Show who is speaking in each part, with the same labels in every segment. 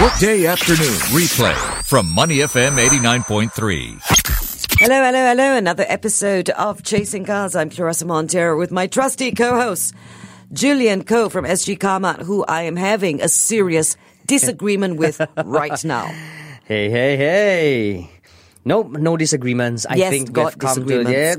Speaker 1: Workday afternoon replay from Money FM 89.3.
Speaker 2: Hello, hello, hello. Another episode of Chasing Cars. I'm Clarissa Montero with my trusty co-host, Julian Coe from SG Carmat, who I am having a serious disagreement with right now.
Speaker 3: Hey, hey, hey. No, no disagreements. I
Speaker 2: Yes,
Speaker 3: think
Speaker 2: got
Speaker 3: we've come to yeah.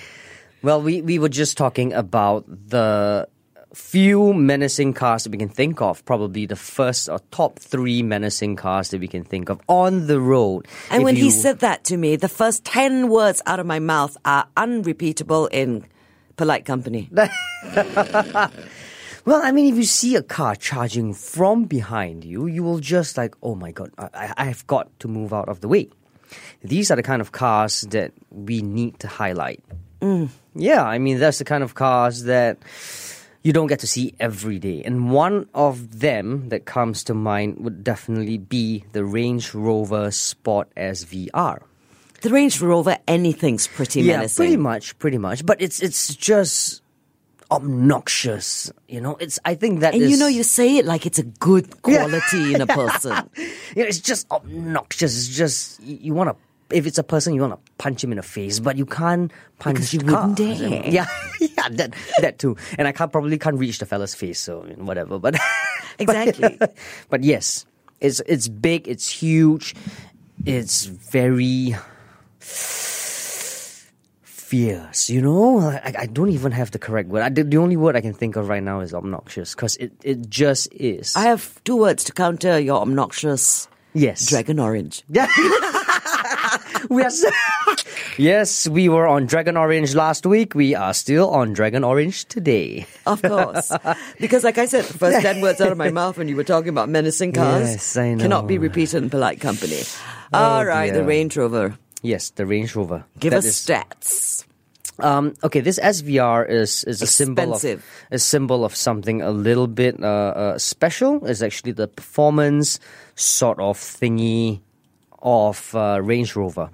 Speaker 3: well, we, we were just talking about the few menacing cars that we can think of. Probably the first or top three menacing cars that we can think of on the road.
Speaker 2: And
Speaker 3: If
Speaker 2: when he
Speaker 3: you-
Speaker 2: said that to me, the first 10 words out of my mouth are unrepeatable in polite company.
Speaker 3: well, I mean, if you see a car charging from behind you, you will just like, oh my god, I, I- I've got to move out of the way. These are the kind of cars that we need to highlight.
Speaker 2: Mm.
Speaker 3: Yeah, I mean, that's the kind of cars that you don't get to see every day. And one of them that comes to mind would definitely be the Range Rover Sport SVR.
Speaker 2: The Range Rover, anything's pretty
Speaker 3: Yeah,
Speaker 2: menacing.
Speaker 3: pretty much, pretty much. But it's it's just obnoxious, you know. It's I think that
Speaker 2: and you
Speaker 3: is-
Speaker 2: know, you say it like it's a good quality in a person.
Speaker 3: Yeah, it's just obnoxious. It's just you, you want to. If it's a person, you want to punch him in the face, but you can't punch
Speaker 2: Because you
Speaker 3: the car.
Speaker 2: wouldn't dare.
Speaker 3: Yeah, yeah, that that too. And I can't probably can't reach the fella's face, so whatever. But
Speaker 2: Exactly.
Speaker 3: but, but yes, it's it's big. It's huge. It's very fierce. You know, I, I don't even have the correct word. I, the, the only word I can think of right now is obnoxious because it it just is.
Speaker 2: I have two words to counter your obnoxious
Speaker 3: yes,
Speaker 2: dragon orange.
Speaker 3: Yeah. we are so- yes, we were on Dragon Orange last week. We are still on Dragon Orange today.
Speaker 2: Of course. because, like I said, the first 10 words out of my mouth when you were talking about menacing cars
Speaker 3: Yes, I know. Oh,
Speaker 2: cannot be repeated in polite company. All right, the
Speaker 3: dear.
Speaker 2: Range Rover.
Speaker 3: Yes, the Range Rover.
Speaker 2: Give
Speaker 3: That
Speaker 2: us
Speaker 3: is-
Speaker 2: stats.
Speaker 3: Um, okay, this SVR is is a symbol of
Speaker 2: Expensive.
Speaker 3: a symbol of something a little bit uh, uh, special. It's actually the performance sort of thingy of uh, Range Rover.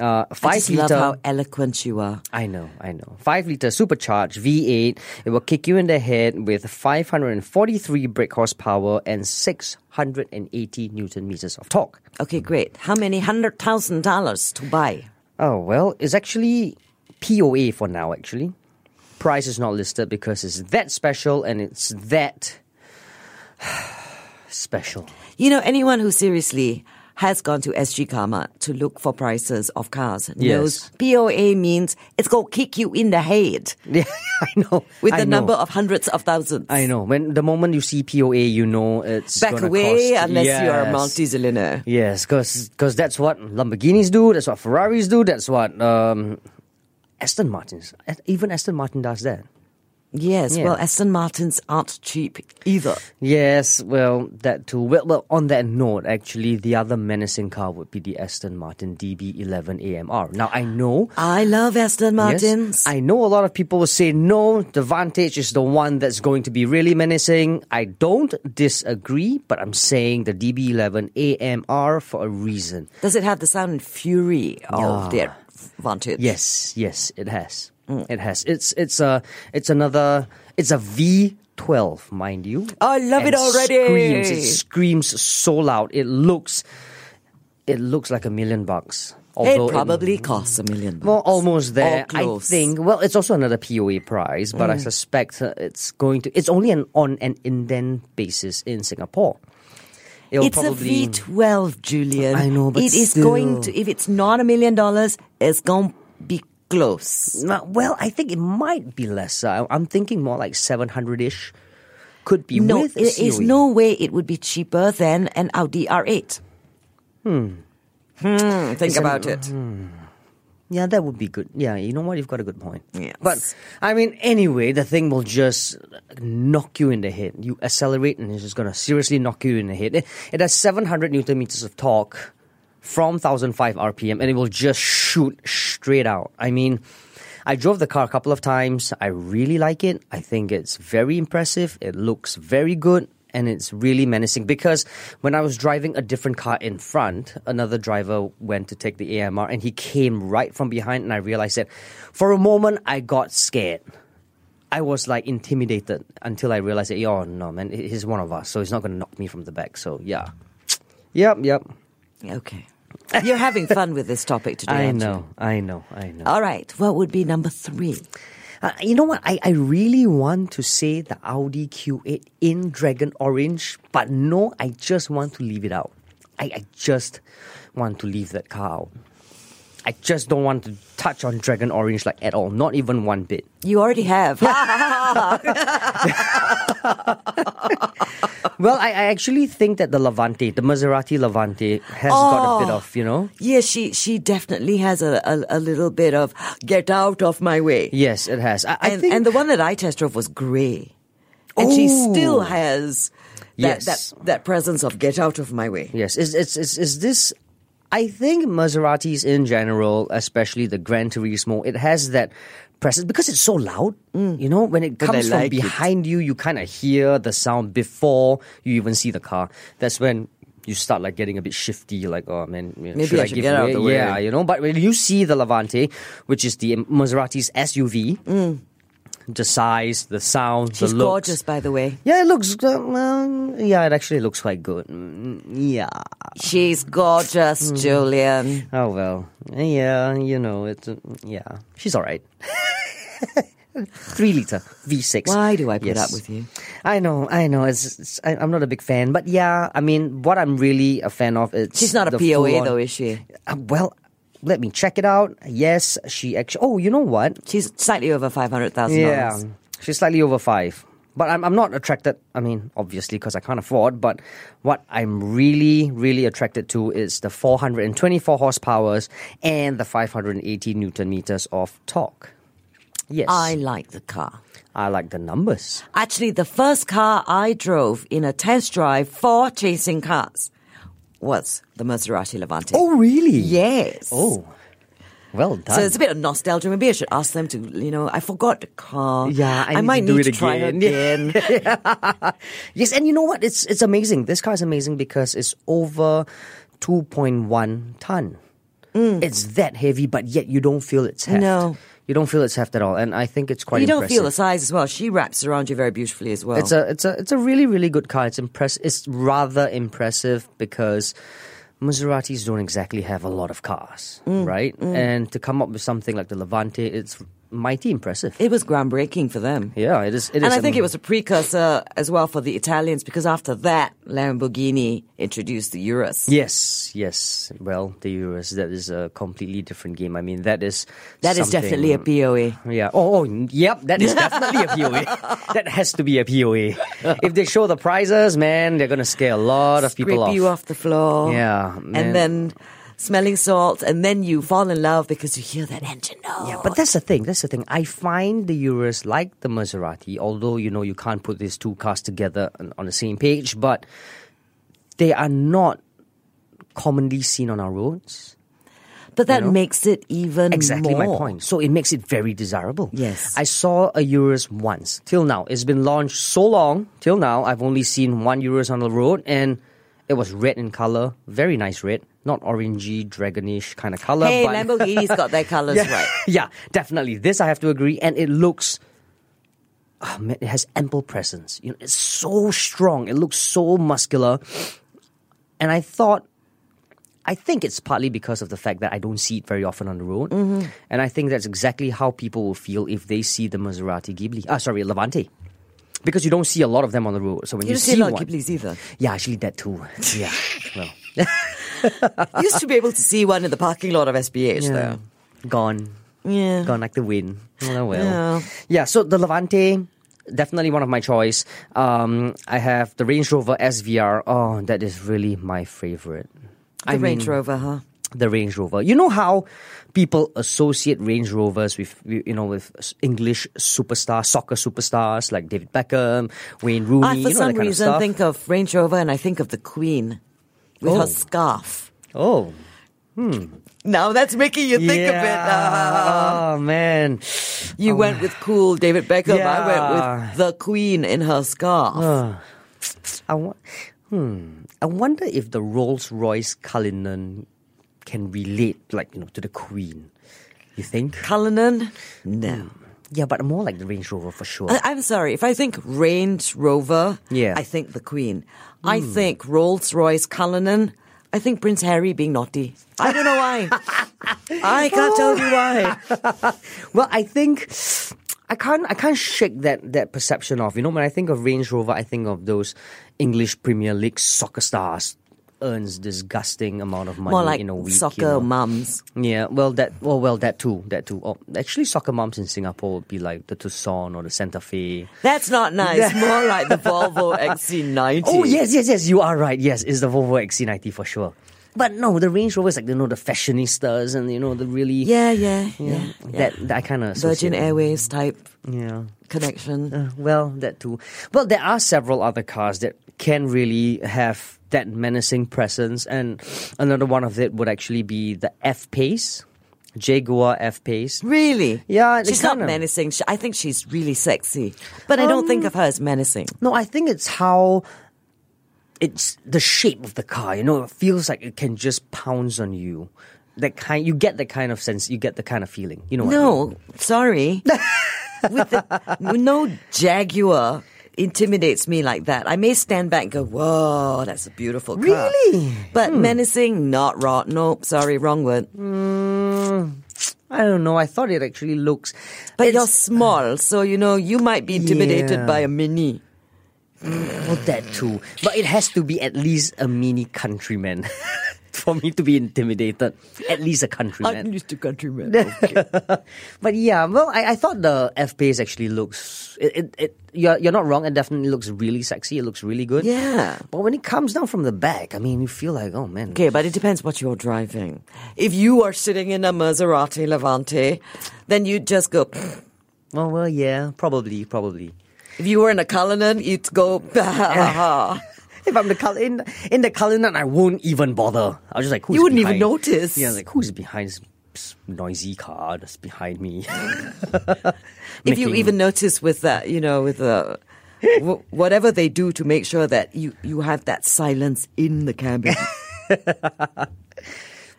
Speaker 3: Uh,
Speaker 2: I
Speaker 3: five
Speaker 2: just
Speaker 3: liter.
Speaker 2: love how eloquent you are.
Speaker 3: I know, I know. 5 litre supercharged V8. It will kick you in the head with 543 brake horsepower and 680 newton meters of torque.
Speaker 2: Okay, great. How many hundred thousand dollars to buy?
Speaker 3: Oh, well, it's actually POA for now, actually. Price is not listed because it's that special and it's that special.
Speaker 2: You know, anyone who seriously has gone to SG Karma to look for prices of cars knows
Speaker 3: Yes.
Speaker 2: POA means it's going to kick you in the head
Speaker 3: Yeah, I know.
Speaker 2: with
Speaker 3: I
Speaker 2: the
Speaker 3: know.
Speaker 2: number of hundreds of thousands.
Speaker 3: I know. When the moment you see POA, you know it's
Speaker 2: Back
Speaker 3: gonna
Speaker 2: away
Speaker 3: cost-
Speaker 2: unless you are a
Speaker 3: Yes.
Speaker 2: multi-zillionaire.
Speaker 3: Yes, because that's what Lamborghinis do, that's what Ferraris do, that's what um, Aston Martins. Even Aston Martin does that.
Speaker 2: Yes,
Speaker 3: Yeah.
Speaker 2: well, Aston Martins aren't cheap either.
Speaker 3: Yes, well, that too. Well, well, on that note, actually, the other menacing car would be the Aston Martin DB11 AMR. Now, I know.
Speaker 2: I love Aston
Speaker 3: yes,
Speaker 2: Martins.
Speaker 3: I know a lot of people will say no, the Vantage is the one that's going to be really menacing. I don't disagree, but I'm saying the DB11 AMR for a reason.
Speaker 2: Does it have the sound and fury of their Vantage?
Speaker 3: Yes, yes, it has. It has. It's it's a it's another it's a V twelve, mind you.
Speaker 2: Oh, I love
Speaker 3: And
Speaker 2: it already.
Speaker 3: Screams, it screams so loud. It looks it looks like a million bucks. Although
Speaker 2: it probably costs a million.
Speaker 3: well,
Speaker 2: bucks.
Speaker 3: almost there. I
Speaker 2: close. Mm.
Speaker 3: think. Well, it's also another POA prize, but I suspect uh, it's going to. It's only an on an indent basis in Singapore. It'll
Speaker 2: It's a V twelve, Julian.
Speaker 3: I know, but
Speaker 2: it is
Speaker 3: still.
Speaker 2: going to. If it's not a million dollars, it's going to be close.
Speaker 3: Uh, well, I think it might be less. I- I'm thinking more like 700 ish. Could be
Speaker 2: No,
Speaker 3: with a E.
Speaker 2: there is
Speaker 3: COE.
Speaker 2: no way it would be cheaper than an Audi R8. Hmm. Hmm. Think about it.
Speaker 3: Yeah, that would be good. Yeah, you know what? You've got a good point.
Speaker 2: Yes.
Speaker 3: But, I mean, anyway, the thing will just knock you in the head. You accelerate and it's just going to seriously knock you in the head. It, it has 700 newton meters of torque from 1005 RPM and it will just shoot straight out. I mean, I drove the car a couple of times. I really like it. I think it's very impressive. It looks very good and it's really menacing because when I was driving a different car in front, another driver went to take the AMR and he came right from behind and I realized that for a moment I got scared. I was like intimidated until I realized that, oh no, man, he- he's one of us, so he's not going to knock me from the back. So yeah, yep, yep.
Speaker 2: Okay. You're having fun with this topic today.
Speaker 3: I
Speaker 2: aren't you?
Speaker 3: know, I know, I know.
Speaker 2: All right. What would be number three?
Speaker 3: Uh, you know what? I, I really want to say the Audi Q8 in Dragon Orange, but no, I just want to leave it out. I, I just want to leave that car out. I just don't want to touch on Dragon Orange like at all, not even one bit.
Speaker 2: You already have.
Speaker 3: Well, I, I actually think that the Levante, the Maserati Levante, has got a bit
Speaker 2: Oh.
Speaker 3: of, you know.
Speaker 2: yeah, she she definitely has a, a, a little bit of get out of my way.
Speaker 3: Yes, it has. I, I
Speaker 2: and,
Speaker 3: think
Speaker 2: and the one that I test drove was grey, and she still
Speaker 3: Oh.
Speaker 2: has that,
Speaker 3: Yes.
Speaker 2: that that presence of get out of my way.
Speaker 3: Yes, is is is, is this? I think Maseratis in general, especially the Gran Turismo, it has that presence because it's so loud. You know, when it
Speaker 2: Mm. I
Speaker 3: comes from
Speaker 2: like it.
Speaker 3: behind you, you kind of hear the sound before you even see the car. That's when you start like getting a bit shifty, like oh man, you know,
Speaker 2: Maybe
Speaker 3: should
Speaker 2: I
Speaker 3: I
Speaker 2: should
Speaker 3: give
Speaker 2: get out of
Speaker 3: way?
Speaker 2: the way.
Speaker 3: Yeah, you know. But when you see the Levante, which is the Maserati's SUV, the size, the sound,
Speaker 2: Mm. She's
Speaker 3: the looks.
Speaker 2: gorgeous, by the way.
Speaker 3: Yeah, it looks. uh, Um, yeah, it actually looks quite good. Mm, Yeah.
Speaker 2: She's
Speaker 3: Hmm.
Speaker 2: gorgeous, Julian.
Speaker 3: Oh well, yeah, you know it's uh, yeah. She's all right. Three liter V six.
Speaker 2: Why do I put up with you?
Speaker 3: I know, I know. It's, it's I, I'm not a big fan, but yeah, I mean, what I'm really a fan of is
Speaker 2: She's not a
Speaker 3: the
Speaker 2: POA
Speaker 3: full-on-
Speaker 2: though, is she?
Speaker 3: Uh, well, let me check it out. Yes, she actually. Oh, you know what?
Speaker 2: She's slightly over five hundred thousand
Speaker 3: Yeah,
Speaker 2: dollars.
Speaker 3: she's slightly over five. But I'm, I'm not attracted, I mean, obviously, because I can't afford. But what I'm really, really attracted to is the 424 horsepowers and the 580 newton meters of torque. Yes.
Speaker 2: I like the car.
Speaker 3: I like the numbers.
Speaker 2: Actually, the first car I drove in a test drive for chasing cars was the Maserati Levante.
Speaker 3: really?
Speaker 2: yes.
Speaker 3: Oh. Well done.
Speaker 2: So it's a bit of nostalgia. Maybe I should ask them to, you know, I forgot the car.
Speaker 3: Yeah, I need
Speaker 2: might
Speaker 3: to do
Speaker 2: need
Speaker 3: it
Speaker 2: to try it
Speaker 3: again.
Speaker 2: again.
Speaker 3: Yes, and you know what? It's it's amazing. This car is amazing because it's over 2.1 ton. It's that heavy, but yet you don't feel its heft.
Speaker 2: Mm. No.
Speaker 3: you don't feel its heft at all, and I think it's quite.
Speaker 2: you don't feel the
Speaker 3: impressive.
Speaker 2: size as well. She wraps around you very beautifully as well.
Speaker 3: It's a it's a it's a really really good car. It's impress. It's rather impressive because. Maseratis don't exactly have a lot of cars,
Speaker 2: Mm,
Speaker 3: right? And to come up with something like the Levante, it's mighty impressive.
Speaker 2: it was groundbreaking for them.
Speaker 3: yeah, it is. It is.
Speaker 2: And I think
Speaker 3: am-
Speaker 2: it was a precursor as well for the Italians because after that, Lamborghini introduced the Urus.
Speaker 3: Yes, yes. Well, the Euros, that is a completely different game. I mean, that is.
Speaker 2: That is definitely a
Speaker 3: something-
Speaker 2: POA.
Speaker 3: Yeah. Oh, oh, yep. That is definitely a POA. that has to be a POA. if they show the prizes, man, they're going to scare a lot of people
Speaker 2: Scrape
Speaker 3: off.
Speaker 2: you off the floor.
Speaker 3: Yeah, man.
Speaker 2: And then smelling salt, and then you fall in love because you hear that engine. Oh.
Speaker 3: Yeah, but that's the thing. That's the thing. I find the Urus like the Maserati, although you know you can't put these two cars together on- on the same page, but they are not commonly seen on our roads.
Speaker 2: But that
Speaker 3: know?
Speaker 2: makes it even
Speaker 3: Exactly
Speaker 2: more.
Speaker 3: my point. So it makes it very desirable.
Speaker 2: Yes.
Speaker 3: I saw a Urus once till now. It's been launched so long till now. I've only seen one Urus on the road and it was red in color, very nice red, not orangey, dragonish kind of color.
Speaker 2: Hey,
Speaker 3: but
Speaker 2: Lamborghini's got their colors
Speaker 3: yeah,
Speaker 2: right.
Speaker 3: yeah, definitely. This I have to agree. And it looks. Oh man, it has ample presence. You know, it's so strong. It looks so muscular. And I thought, I think it's partly because of the fact that I don't see it very often on the road.
Speaker 2: Mm-hmm.
Speaker 3: And I think that's exactly how people will feel if they see the Maserati Ghibli. Ah, sorry, Levante. Because you don't see a lot of them on the road. So when you,
Speaker 2: You don't
Speaker 3: see
Speaker 2: see a lot of
Speaker 3: one,
Speaker 2: Ghiblis either.
Speaker 3: yeah, actually that too. Yeah, well,
Speaker 2: You used to be able to see one in the parking lot of SBH,
Speaker 3: yeah. gone.
Speaker 2: though. Yeah.
Speaker 3: gone like the wind. Oh well.
Speaker 2: Yeah.
Speaker 3: Yeah. so the Levante, definitely one of my choice. Um, I have the Range Rover SVR. Oh, that is really my favorite.
Speaker 2: The Range Rover, huh?
Speaker 3: The Range Rover. You know how people associate Range Rovers with you you know with s- English superstar soccer superstars like David Beckham, Wayne Rooney.
Speaker 2: I,
Speaker 3: you
Speaker 2: for
Speaker 3: know,
Speaker 2: some
Speaker 3: that kind
Speaker 2: reason,
Speaker 3: of stuff.
Speaker 2: think of Range Rover and I think of the Queen with her
Speaker 3: Oh.
Speaker 2: scarf.
Speaker 3: oh.
Speaker 2: Now that's making you think of it. Uh,
Speaker 3: yeah. Oh man.
Speaker 2: you went with cool David Beckham. I went
Speaker 3: Yeah.
Speaker 2: with the Queen in her scarf.
Speaker 3: I wa- hmm. I wonder if the Rolls Royce Cullinan can relate, like you know, to the Queen. You think?
Speaker 2: Cullinan? No.
Speaker 3: Yeah, but more like the Range Rover for sure.
Speaker 2: I- I'm sorry. If I think Range Rover,
Speaker 3: Yeah. Hmm.
Speaker 2: I think the Queen. I think Rolls Royce Cullinan. I think Prince Harry being naughty. I don't know why. I can't tell you why.
Speaker 3: well, I think I can't I can't shake that that perception of you know when I think of Range Rover, I think of those English Premier League soccer stars earns disgusting amount of money
Speaker 2: More like
Speaker 3: in a week. you
Speaker 2: soccer
Speaker 3: know.
Speaker 2: mums.
Speaker 3: Yeah, well, that well, well, that too, that too. Oh, actually, soccer moms in Singapore would be like the Tucson or the Santa Fe.
Speaker 2: That's not nice. More like the Volvo XC90.
Speaker 3: Oh yes, yes, yes. You are right. Yes, it's the Volvo XC90 for sure. But no, the Range Rover is like you know the fashionistas and you know the really
Speaker 2: Yeah, yeah, yeah.
Speaker 3: yeah, Mm.
Speaker 2: yeah.
Speaker 3: that, that I kind of
Speaker 2: Virgin Airways type
Speaker 3: Yeah.
Speaker 2: connection.
Speaker 3: Well, that too. Well, there are several other cars that can really have that menacing presence, and another one of it would actually be the F Pace, Jaguar F Pace.
Speaker 2: Really?
Speaker 3: Yeah, they
Speaker 2: she's not
Speaker 3: kinda-
Speaker 2: menacing. She, I think she's really sexy, but I don't think
Speaker 3: Um,
Speaker 2: of her as menacing.
Speaker 3: No, I think it's how it's the shape of the car. You know, it feels like it can just pounce on you. That kind, you get the kind of sense, you get the kind of feeling. You know, what I mean?
Speaker 2: No, sorry. With the, no Jaguar intimidates me like that. I may stand back and go, "Whoa, that's a beautiful car."
Speaker 3: Really? Hmm.
Speaker 2: But menacing, not rot. Nope, sorry, wrong word.
Speaker 3: I don't know. I thought it actually looks,
Speaker 2: But
Speaker 3: it's-
Speaker 2: you're small, so you know you might be intimidated
Speaker 3: Yeah.
Speaker 2: by a mini.
Speaker 3: Well, that too. But it has to be at least a mini countryman for me to be intimidated. At least a countryman.
Speaker 2: used to countrymen. Okay.
Speaker 3: But yeah, well, I, I thought the F pace actually looks. It, it, it, you're, you're not wrong. It definitely looks really sexy. It looks really good.
Speaker 2: Yeah.
Speaker 3: But when it comes down from the back, I mean, you feel like, oh man.
Speaker 2: Okay, but it depends what you're driving. If you are sitting in a Maserati Levante, then you just go.
Speaker 3: Oh well, yeah, probably, probably.
Speaker 2: If you were in a Cullinan, you'd go.
Speaker 3: If I'm the color in in the color I won't even bother. I was just like, who's
Speaker 2: You wouldn't even
Speaker 3: behind-
Speaker 2: notice.
Speaker 3: Yeah, I was like who's behind this s- noisy car that's behind me?
Speaker 2: if you
Speaker 3: Making-
Speaker 2: even notice with that, you know, with the wh- whatever they do to make sure that you you have that silence in the cabin.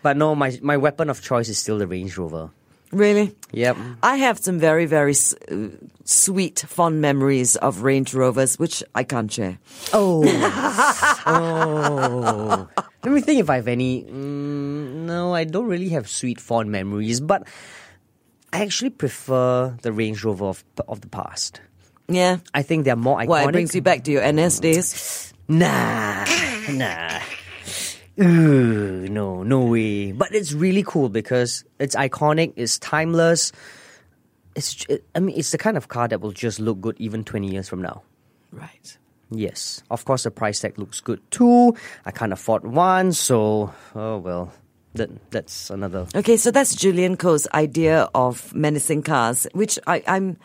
Speaker 3: But no, my my weapon of choice is still the Range Rover.
Speaker 2: really.
Speaker 3: Yep.
Speaker 2: I have some very, very s- uh, sweet, fond memories of Range Rovers, which I can't share.
Speaker 3: Oh. oh. Let me think if I have any. Mm, no, I don't really have sweet fond memories, but I actually prefer the Range Rover of, of the past.
Speaker 2: Yeah.
Speaker 3: I think they're more iconic.
Speaker 2: Why? It brings you back to your NS days.
Speaker 3: Nah, nah. Ooh, no, no way. But it's really cool because it's iconic. It's timeless. It's. j- I mean, it's the kind of car that will just look good even twenty years from now.
Speaker 2: Right.
Speaker 3: Yes, of course the price tag looks good too. I can't afford one, so oh well. That that's another.
Speaker 2: Okay, so that's Julian Coe's idea of menacing cars, which I, I'm,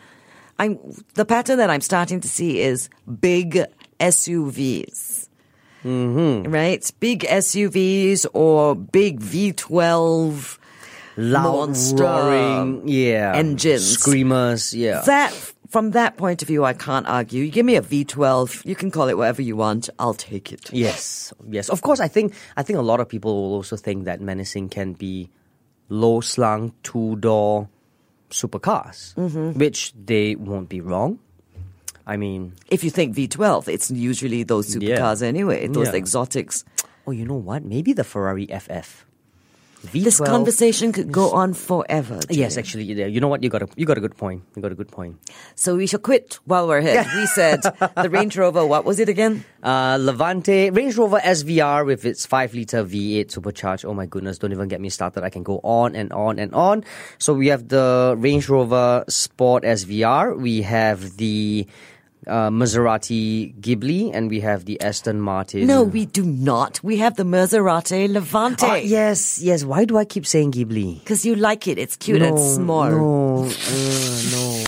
Speaker 2: I'm the pattern that I'm starting to see is big SUVs, mm-hmm. right? Big SUVs or big V12
Speaker 3: Loud
Speaker 2: Monster
Speaker 3: roaring, yeah,
Speaker 2: engines.
Speaker 3: screamers, yeah.
Speaker 2: That from that point of view, I can't argue. You give me a V12, you can call it whatever you want. I'll take it.
Speaker 3: yes, yes. Of course, I think I think a lot of people will also think that menacing can be low slung two door supercars,
Speaker 2: Mm-hmm.
Speaker 3: which they won't be wrong. I mean,
Speaker 2: If you think V12, it's usually those
Speaker 3: Yeah.
Speaker 2: supercars anyway, those
Speaker 3: Yeah.
Speaker 2: exotics.
Speaker 3: oh, you know what? Maybe the Ferrari FF. V12.
Speaker 2: This conversation could go on forever.
Speaker 3: Yes,
Speaker 2: Julian.
Speaker 3: actually, yeah, you know what? You got a you got a good point. You got a good point.
Speaker 2: So we shall quit while we're here. We said the Range Rover, what was it again?
Speaker 3: Uh, Levante Range Rover SVR with its 5 liter V8 supercharged. Oh my goodness, don't even get me started. I can go on and on and on. So we have the Range Rover Sport SVR, we have the uh, Maserati Ghibli, and we have the Aston Martin.
Speaker 2: No, we do not. We have the Maserati Levante.
Speaker 3: Oh, yes, yes. Why do I keep saying Ghibli?
Speaker 2: Because you like it. It's cute and
Speaker 3: No,
Speaker 2: small.
Speaker 3: No, uh, no,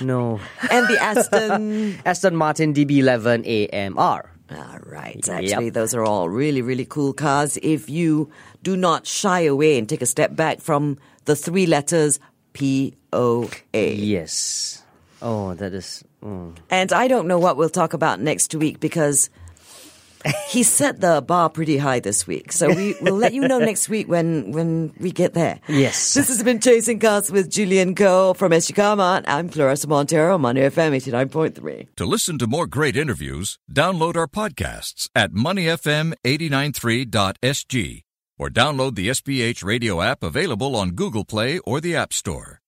Speaker 3: no.
Speaker 2: And the Aston.
Speaker 3: Aston Martin DB11 AMR.
Speaker 2: all right. Actually,
Speaker 3: Yep.
Speaker 2: those are all really, really cool cars. If you do not shy away and take a step back from the three letters P O A.
Speaker 3: Yes. Oh, that is. mm.
Speaker 2: And I don't know what we'll talk about next week because he set the bar pretty high this week. So we will let you know next week when, when we get there.
Speaker 3: Yes.
Speaker 2: This has been Chasing Cars with Julian Cole from Eshikama. I'm Clarissa Montero on Money FM 89.3.
Speaker 1: To listen to more great interviews, download our podcasts at moneyfm893.sg or download the SBH radio app available on Google Play or the App Store.